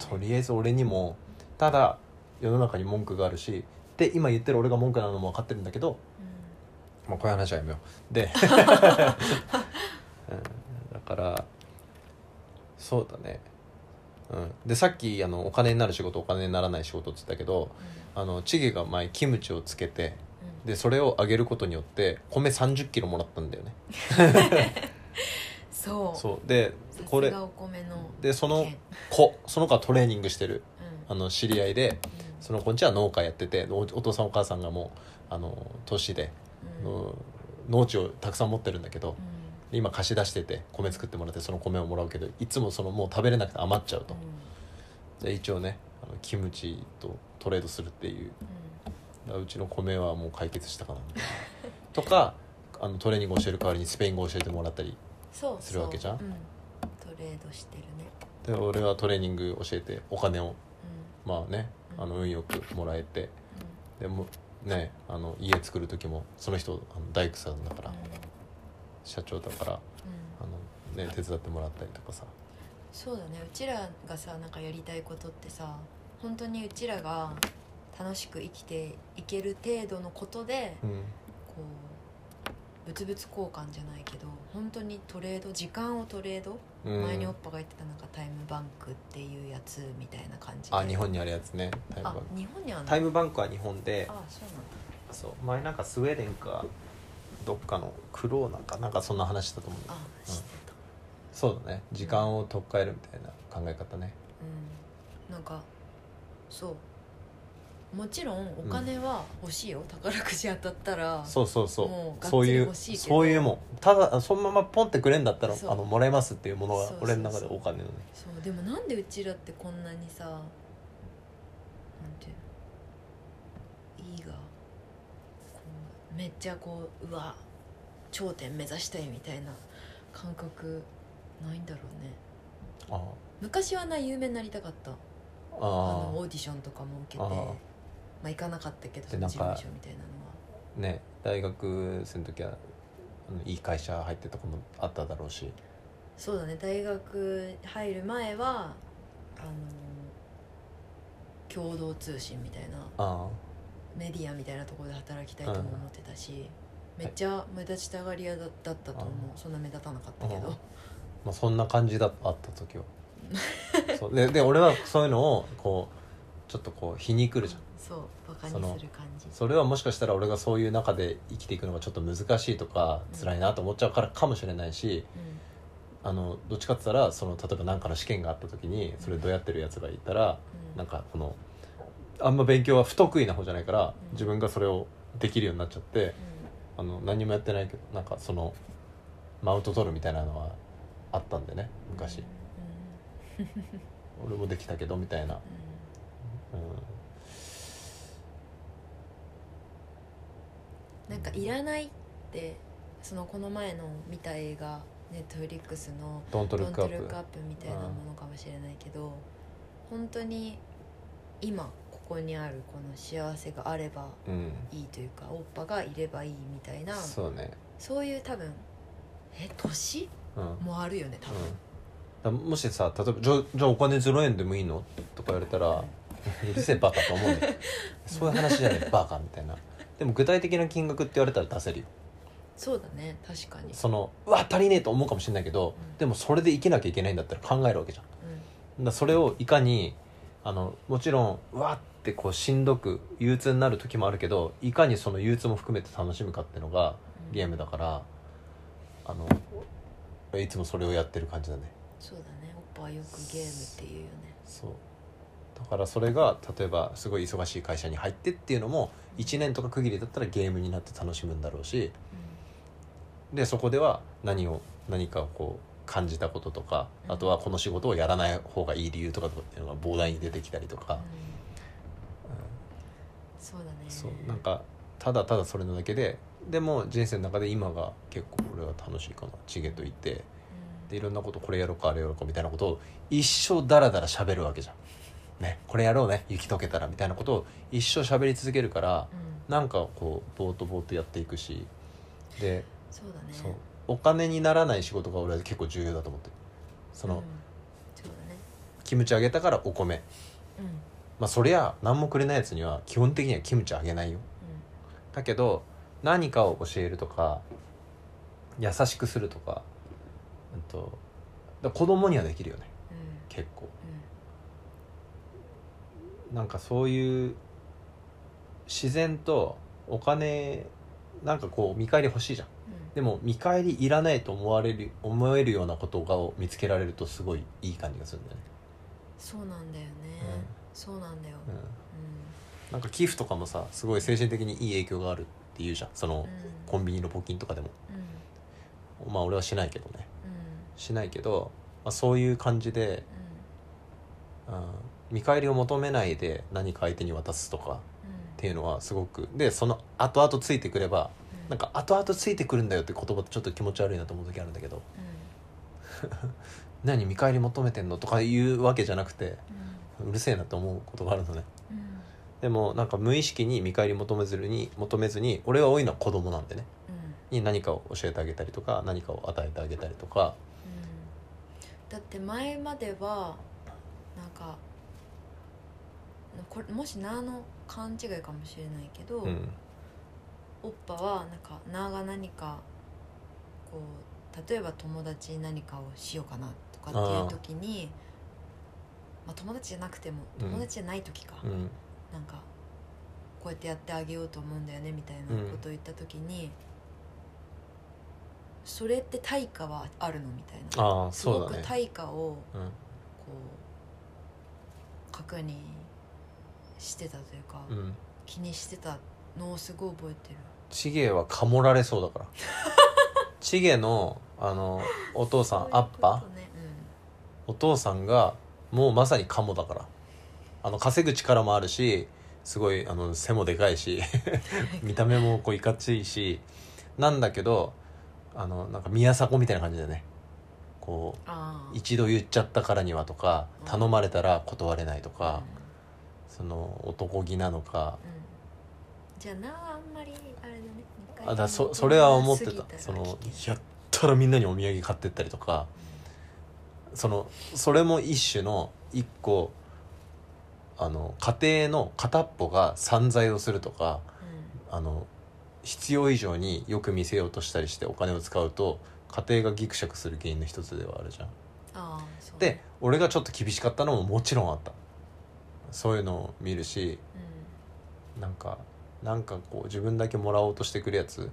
[SPEAKER 1] ん、
[SPEAKER 2] とりあえず俺にもただ世の中に文句があるしで今言ってる俺が文句なのも分かってるんだけどまあこういう話はやめようで、 <laughs> うん、だからそうだね、うん、でさっきあのお金になる仕事お金にならない仕事って言ったけどあのチゲが前キムチをつけてでそれをあげることによって米3 0キロもらったんだよね
[SPEAKER 1] そうそう
[SPEAKER 2] そうでこ
[SPEAKER 1] さ
[SPEAKER 2] れ
[SPEAKER 1] すがお米の
[SPEAKER 2] でそ
[SPEAKER 1] 県
[SPEAKER 2] の子その子はトレーニングしてる
[SPEAKER 1] うん
[SPEAKER 2] あの知り合いで
[SPEAKER 1] うん
[SPEAKER 2] その子んちは農家やってておお父さんお母さんがもうあの年で、
[SPEAKER 1] うんうん
[SPEAKER 2] うん農地をたくさん持ってるんだけど、今貸し出してて米作ってもらってその米をもらうけどいつもそのもう食べれなくて余っちゃうと、で一応ねあのキムチとトレードするっていうだからうちの米はもう解決した
[SPEAKER 1] <laughs>
[SPEAKER 2] かなみたいなとかあのトレーニングを教える代わりにスペイン語を教えてもらったり
[SPEAKER 1] そう
[SPEAKER 2] するわけじゃん
[SPEAKER 1] そううんトレードしてるね
[SPEAKER 2] で俺はトレーニング教えてお金を
[SPEAKER 1] う
[SPEAKER 2] まあねあの運よくもらえ
[SPEAKER 1] ん
[SPEAKER 2] て
[SPEAKER 1] うん
[SPEAKER 2] でもねあの家作る時もその人あの大工さんだから
[SPEAKER 1] うん
[SPEAKER 2] 社長だから
[SPEAKER 1] うん
[SPEAKER 2] あの、ね、手伝ってもらったりとかさ
[SPEAKER 1] そうだねうちらがさなんかやりたいことってさ本当にうちらが楽しく生きていける程度のことで
[SPEAKER 2] うん
[SPEAKER 1] こう物々交換じゃないけど本当にトレード時間をトレード、
[SPEAKER 2] うん
[SPEAKER 1] 前におっぱが言ってたなんかタイムバンクっていうやつみたいな感じで
[SPEAKER 2] あ日本にあるやつねタイムバ
[SPEAKER 1] あ
[SPEAKER 2] ンク
[SPEAKER 1] 日本にあんの
[SPEAKER 2] タイムバンクは日本で
[SPEAKER 1] あそうなんだ
[SPEAKER 2] そう前なんかスウェーデンかどっかのクローナかなんかそんな話だと思うんだ
[SPEAKER 1] あ知ってた
[SPEAKER 2] そうだね時間を取っ換えるみたいな考え方ね
[SPEAKER 1] うんなんかそうもちろんお金は欲しいよ、宝くじ当たったら
[SPEAKER 2] そうそう
[SPEAKER 1] も
[SPEAKER 2] そう
[SPEAKER 1] う
[SPEAKER 2] そうい
[SPEAKER 1] がっつり
[SPEAKER 2] う
[SPEAKER 1] 欲しいけど
[SPEAKER 2] そういうもんただそのままポンってくれんだったら
[SPEAKER 1] そう
[SPEAKER 2] あのもらえますっていうもの
[SPEAKER 1] そ
[SPEAKER 2] が
[SPEAKER 1] うそうそう
[SPEAKER 2] 俺の中でお金のね
[SPEAKER 1] そうでもなんでうちらってこんなにさなんていうのいいがこうめっちゃこううわ頂点目指したいみたいな感覚ないんだろうね
[SPEAKER 2] あ
[SPEAKER 1] 昔はな有名になりたかったあ
[SPEAKER 2] あ
[SPEAKER 1] のオーディションとかも受けて
[SPEAKER 2] あー
[SPEAKER 1] まあ行かなかったけどそ
[SPEAKER 2] で
[SPEAKER 1] の
[SPEAKER 2] なん
[SPEAKER 1] 事
[SPEAKER 2] か
[SPEAKER 1] 務所みたいなのは
[SPEAKER 2] ね大学生の時はあのいい会社入ってたこともあっただろうし
[SPEAKER 1] そうだね大学入る前はあの共同通信みたいな
[SPEAKER 2] あ
[SPEAKER 1] メディアみたいなところで働きたいとも思ってたし、めっちゃ目立ちたがり屋だだったと思う、
[SPEAKER 2] あ
[SPEAKER 1] そんな目立たなかったけど、
[SPEAKER 2] あまあ、そんな感じだあった時は <laughs> そうでで俺はそういうのをこうちょっとこう皮肉るじゃん
[SPEAKER 1] そうバカにする感じ
[SPEAKER 2] それはもしかしたら俺がそういう中で生きていくのがちょっと難しいとか
[SPEAKER 1] うん
[SPEAKER 2] 辛いなと思っちゃうからかもしれないし、
[SPEAKER 1] う
[SPEAKER 2] あのどっちかって言ったらその例えば何かの試験があった時にそれどうやってるやつがいたら
[SPEAKER 1] んう
[SPEAKER 2] なんんかこのあんま勉強は不得意な方じゃないから
[SPEAKER 1] うん
[SPEAKER 2] 自分がそれをできるようになっちゃってあの何もやってないけどなんかそのマウント取るみたいなのはあったんでね昔
[SPEAKER 1] うん
[SPEAKER 2] 俺もできたけどみたいな、
[SPEAKER 1] う
[SPEAKER 2] うん
[SPEAKER 1] んなんかいらないってそのこの前の見た映画ネットフリックスの
[SPEAKER 2] ドン
[SPEAKER 1] 「
[SPEAKER 2] トル
[SPEAKER 1] ド
[SPEAKER 2] ッ
[SPEAKER 1] ン
[SPEAKER 2] クア
[SPEAKER 1] ト
[SPEAKER 2] ッ
[SPEAKER 1] ルッ
[SPEAKER 2] プ
[SPEAKER 1] クアップ」みたいなものかもしれないけど本当に今ここにあるこの幸せがあれば
[SPEAKER 2] うん
[SPEAKER 1] いいというかオッパがいればいいみたいな
[SPEAKER 2] そうね
[SPEAKER 1] そういう多分え年
[SPEAKER 2] うん
[SPEAKER 1] もあるよね多分、
[SPEAKER 2] うん、だもしさ例えばじゃあ「じゃあお金0円でもいいの?」とか言われた
[SPEAKER 1] <laughs>
[SPEAKER 2] ら「うるせえバカ」と思うんだよそういう話じゃね
[SPEAKER 1] <laughs>
[SPEAKER 2] えバカみたいなでも具体的な金額って言われたら出せるよ
[SPEAKER 1] そうだね確かに、
[SPEAKER 2] そのうわ足りねえと思うかもしれないけどでもそれで生きなきゃいけないんだったら考えるわけじゃんだか
[SPEAKER 1] う
[SPEAKER 2] らそれをいかにあのもちろんうわっってこうしんどく憂鬱になる時もあるけどいかにその憂鬱も含めて楽しむかっていうのが
[SPEAKER 1] うん
[SPEAKER 2] ゲームだから、あのいつもそれをやってる感じだね
[SPEAKER 1] そうだねおっぱはよくゲームっていうよね
[SPEAKER 2] そうだからそれが例えばすごい忙しい会社に入ってっていうのも1年とか区切りだったらゲームになって楽しむんだろうしでそこでは何を何かをこう感じたこととか
[SPEAKER 1] うん
[SPEAKER 2] あとはこの仕事をやらない方がいい理由とかっていうのが膨大に出てきたりと
[SPEAKER 1] うん
[SPEAKER 2] か、
[SPEAKER 1] そうだね
[SPEAKER 2] そうなんかただただそれなだけででも人生の中で今が結構俺は楽しいかなチゲといて
[SPEAKER 1] うん
[SPEAKER 2] でいろんなことこれやろうかあれやろうかみたいなことを一生ダラダラ喋るわけじゃん、ね、これやろうね雪解けたらみたいなことを一生喋り続けるから
[SPEAKER 1] うん
[SPEAKER 2] なんかこうぼーっとぼーっとやっていくしで、
[SPEAKER 1] そうだね
[SPEAKER 2] そうお金にならない仕事が俺は結構重要だと思ってるその、
[SPEAKER 1] うんそうだね
[SPEAKER 2] キムチあげたからお米
[SPEAKER 1] うんうん
[SPEAKER 2] まあそりゃ何もくれないやつには基本的にはキムチあげないよだけど何かを教えるとか優しくするとか,、うん、とだから子供にはできるよね
[SPEAKER 1] うん
[SPEAKER 2] 結構なんかそういう自然とお金なんかこう見返り欲しいじゃん
[SPEAKER 1] うんうん
[SPEAKER 2] でも見返りいらないと思われる思えるようなことがを見つけられるとすごいいい感じがするんだよね、
[SPEAKER 1] そうなんだよね、
[SPEAKER 2] うん
[SPEAKER 1] そうなんだよ、
[SPEAKER 2] うん、
[SPEAKER 1] う
[SPEAKER 2] なんか寄付とかもさすごい精神的にいい影響があるっていうじゃんそ
[SPEAKER 1] ん、
[SPEAKER 2] の
[SPEAKER 1] うん、
[SPEAKER 2] コンビニの募金とかでも
[SPEAKER 1] うん、うん、
[SPEAKER 2] まあ俺はしないけどねしないけど、まあ、そういう感じで、うん、見返りを求めないで何か相手に渡すとかっていうのはすごくでその後々ついてくれば
[SPEAKER 1] うん、
[SPEAKER 2] なん、か後々ついてくるんだよって言葉ってちょっと気持ち悪いなと思う時あるんだけど何見返り求めてんのとかいうわけじゃなくて
[SPEAKER 1] うん、
[SPEAKER 2] うるせえなと思うことがあるのね
[SPEAKER 1] うん、うん、
[SPEAKER 2] でもなんか無意識に見返り求めずに求めずに俺が多いのは子供なんでね
[SPEAKER 1] うん、
[SPEAKER 2] に何かを教えてあげたりとか何かを与えてあげたりとか
[SPEAKER 1] うんだって前まではなんかこれもしなの勘違いかもしれないけど、
[SPEAKER 2] うん
[SPEAKER 1] おっぱはなんかなが何かこう例えば友達に何かをしようかなとかっていう時にまあ、友達じゃなくても
[SPEAKER 2] うん
[SPEAKER 1] 友達じゃない時か、
[SPEAKER 2] うん
[SPEAKER 1] なんかこうやってやってあげようと思うんだよねみたいなことを言った時に、それって対価はあるのみたいな
[SPEAKER 2] ああ
[SPEAKER 1] す
[SPEAKER 2] そ
[SPEAKER 1] ご
[SPEAKER 2] うだ
[SPEAKER 1] く
[SPEAKER 2] ね
[SPEAKER 1] 対価を
[SPEAKER 2] うん
[SPEAKER 1] こう確認してたというか、
[SPEAKER 2] うん
[SPEAKER 1] 気にしてたのをすごい覚えてる
[SPEAKER 2] チゲはかもられそうだ
[SPEAKER 1] <laughs>
[SPEAKER 2] からチゲのあのお父さん
[SPEAKER 1] そういう
[SPEAKER 2] アッパ
[SPEAKER 1] ことね
[SPEAKER 2] お父さんがもうまさにカモだからあの稼ぐ力もあるしすごいあの背もでかいし見た目もこういかついしなんだけどあのなんか宮迫みたいな感じだよねこう
[SPEAKER 1] うんああ
[SPEAKER 2] 一度言っちゃったからにはとか
[SPEAKER 1] うん
[SPEAKER 2] 頼まれたら断れないとか、その男気なのか
[SPEAKER 1] うんうんじゃあなああんまりあれだね
[SPEAKER 2] あだそそれは思って
[SPEAKER 1] 過ぎ
[SPEAKER 2] た
[SPEAKER 1] ら
[SPEAKER 2] その
[SPEAKER 1] 危険
[SPEAKER 2] やったらみんなにお土産買ってったりとかそのそれも一種の一個あの家庭の片っぽが散財をするとか
[SPEAKER 1] うん
[SPEAKER 2] あの必要以上によく見せようとしたりしてお金を使うと家庭がギクシャクする原因の一つではあるじゃん。
[SPEAKER 1] ああそう
[SPEAKER 2] で俺がちょっと厳しかったのももちろんあったそういうのを見るし
[SPEAKER 1] うん
[SPEAKER 2] なんかなんかこう自分だけもらおうとしてくるやつ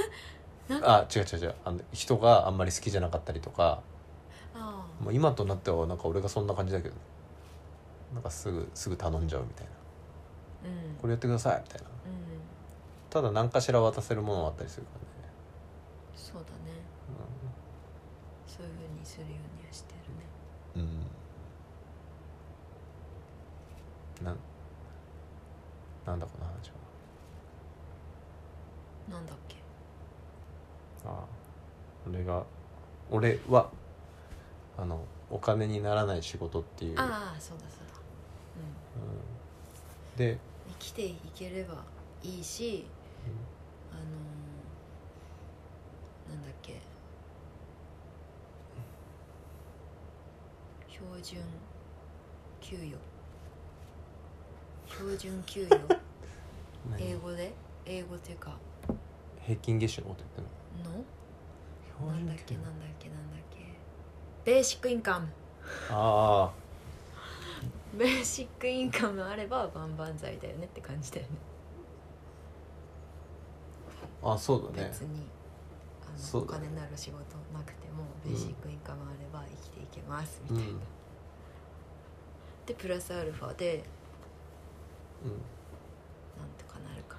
[SPEAKER 1] <laughs> なん
[SPEAKER 2] あ違う違う違うあの人があんまり好きじゃなかったりとか
[SPEAKER 1] ああ
[SPEAKER 2] もう今となってはなんか俺がそんな感じだけどなんかすぐすぐ頼んじゃうみたいな
[SPEAKER 1] うん
[SPEAKER 2] これやってくださいみたいな
[SPEAKER 1] うん
[SPEAKER 2] ただ何かしら渡せるものはあったりするか
[SPEAKER 1] そうだねそういうふうにするようにはしてるね
[SPEAKER 2] らねうん、うん、なんなんだこの話は
[SPEAKER 1] なんだっけ
[SPEAKER 2] ああ俺が俺はあのお金にならない仕事っていう、うん、
[SPEAKER 1] ああそうだそうだう
[SPEAKER 2] で、
[SPEAKER 1] ん生きていければいいしあのーなんだっけ標準給与標準給与
[SPEAKER 2] うん何
[SPEAKER 1] 英語で英語っていうか
[SPEAKER 2] 平均月収のこと言っ
[SPEAKER 1] の
[SPEAKER 2] てんの
[SPEAKER 1] なんだっけなんだ <laughs> っけなんだっけベーシックインカム
[SPEAKER 2] ああ
[SPEAKER 1] ベーシックインカムあれば万々歳だよねって感じだよね
[SPEAKER 2] あそうだね
[SPEAKER 1] 別にあの、
[SPEAKER 2] そ
[SPEAKER 1] お
[SPEAKER 2] うだね
[SPEAKER 1] 金になる仕事なくてもベーシックインカムあれば生きていけますみたいな、
[SPEAKER 2] うん
[SPEAKER 1] でプラスアルファで
[SPEAKER 2] うん
[SPEAKER 1] なんとかなるか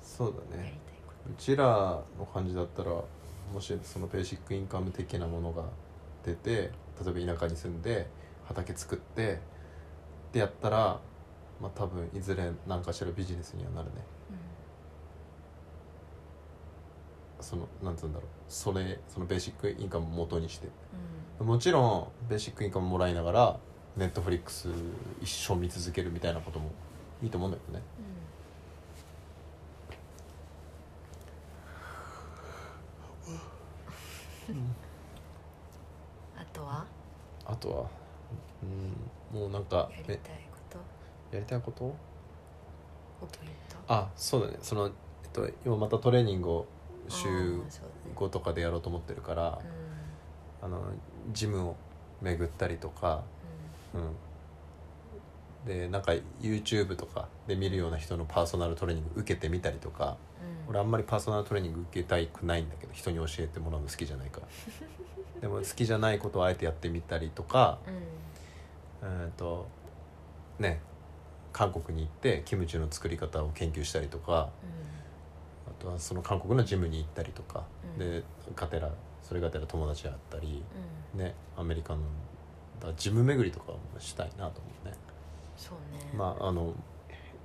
[SPEAKER 2] そうだ
[SPEAKER 1] らやり
[SPEAKER 2] ね
[SPEAKER 1] たいこ
[SPEAKER 2] うちらの感じだったらもしそのベーシックインカム的なものが出て例えば田舎に住んで畑作ってってやったらまあ多分いずれ何かしらビジネスにはなるね
[SPEAKER 1] と、
[SPEAKER 2] そのなんつうんだろうそれそのベーシックインカムを元にして
[SPEAKER 1] う
[SPEAKER 2] もちろんベーシックインカムもらいながらネットフリックス一生見続けるみたいなこともいいと思うんだけどね
[SPEAKER 1] んうんうんあとは
[SPEAKER 2] あとはうんもうなんか
[SPEAKER 1] やりた
[SPEAKER 2] え
[SPEAKER 1] いこと
[SPEAKER 2] やりたいこと
[SPEAKER 1] をポイント
[SPEAKER 2] あそうだねその、えっと、今またトレーニングを週
[SPEAKER 1] あーそうだね
[SPEAKER 2] 5とかでやろうと思ってるから、
[SPEAKER 1] うん
[SPEAKER 2] あのジムを巡ったりとか、うん、でなんか YouTube とかで見るような人のパーソナルトレーニング受けてみたりとか
[SPEAKER 1] うんうん
[SPEAKER 2] 俺あんまりパーソナルトレーニング受けたくないんだけど人に教えてもらうの好きじゃないから
[SPEAKER 1] <laughs>
[SPEAKER 2] でも好きじゃないことをあえてやってみたりとか
[SPEAKER 1] う
[SPEAKER 2] うんとね韓国に行ってキムチの作り方を研究したりとかあとはその韓国のジムに行ったりとか、
[SPEAKER 1] うん
[SPEAKER 2] でがてらそれがてら友達だったり、
[SPEAKER 1] んうん
[SPEAKER 2] ねアメリカのだからジム巡りとかもしたいなと思うね、
[SPEAKER 1] そうね
[SPEAKER 2] まああの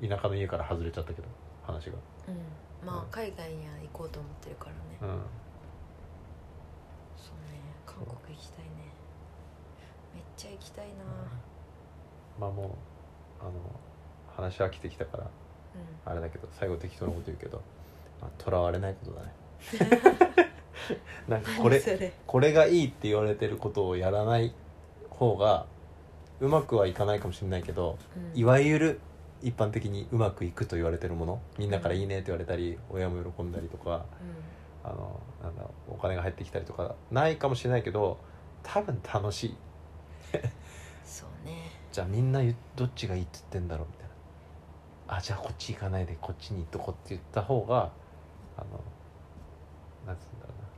[SPEAKER 2] 田舎の家から外れちゃったけど話が
[SPEAKER 1] うん、ま
[SPEAKER 2] う
[SPEAKER 1] あ
[SPEAKER 2] ん
[SPEAKER 1] 海外には行こうと思ってるからね、
[SPEAKER 2] うん
[SPEAKER 1] そうね韓国行きたいねめっちゃ行きたいな
[SPEAKER 2] まあもうあの話飽きてきたから
[SPEAKER 1] うん
[SPEAKER 2] あれだけど最後適当なこと言うけどとらわれないことだねなんかこ
[SPEAKER 1] <laughs>
[SPEAKER 2] れ
[SPEAKER 1] それ
[SPEAKER 2] これがいいって言われてることをやらない方がうまくはいかないかもしれないけど
[SPEAKER 1] うん
[SPEAKER 2] いわゆる一般的にうまくいくと言われてるものみんなから「いいね」って言われたり親も喜んだりとか
[SPEAKER 1] う
[SPEAKER 2] あのなんだお金が入ってきたりとかないかもしれないけど多分楽しい
[SPEAKER 1] んそうね
[SPEAKER 2] じゃあみんな言うどっちがいいって言ってんだろうみたいなあじゃあこっち行かないでこっちに行っとこうって言った方があのなんつうんだろうな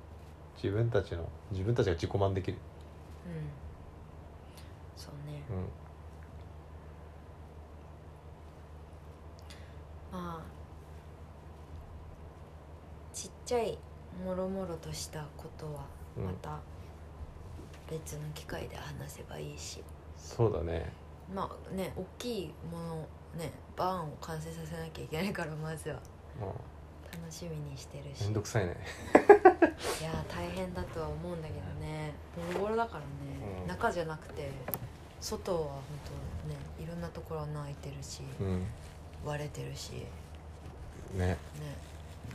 [SPEAKER 2] 自分たちの自分たちが自己満できる、
[SPEAKER 1] うんそうね
[SPEAKER 2] うん、
[SPEAKER 1] まあちっちゃいもろもろとしたことは
[SPEAKER 2] うん
[SPEAKER 1] また別の機会で話せばいいし、
[SPEAKER 2] そうだね
[SPEAKER 1] まあね大きいものねバーンを完成させなきゃいけないからまずは
[SPEAKER 2] も
[SPEAKER 1] 楽しみにしてる
[SPEAKER 2] う
[SPEAKER 1] し
[SPEAKER 2] めんどくさいね
[SPEAKER 1] いやー大変だとは思うんだけどねボロボロだからね、
[SPEAKER 2] うん
[SPEAKER 1] 中じゃなくて外は本当ねいろんなところ穴開いてるし
[SPEAKER 2] うん
[SPEAKER 1] 割れてるしね
[SPEAKER 2] <laughs> ね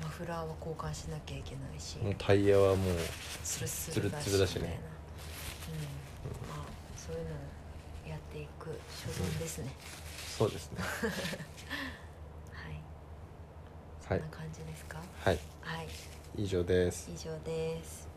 [SPEAKER 1] マフラーは交換しなきゃいけないし、
[SPEAKER 2] もうタイヤはもう
[SPEAKER 1] スルスルだし
[SPEAKER 2] ツルツルだしね
[SPEAKER 1] みたいなうんまあそういうのをやっていく所存ですね、
[SPEAKER 2] そうですね
[SPEAKER 1] はい
[SPEAKER 2] は
[SPEAKER 1] そん
[SPEAKER 2] い
[SPEAKER 1] な感じですか
[SPEAKER 2] はい
[SPEAKER 1] はい
[SPEAKER 2] 以上です
[SPEAKER 1] 以上です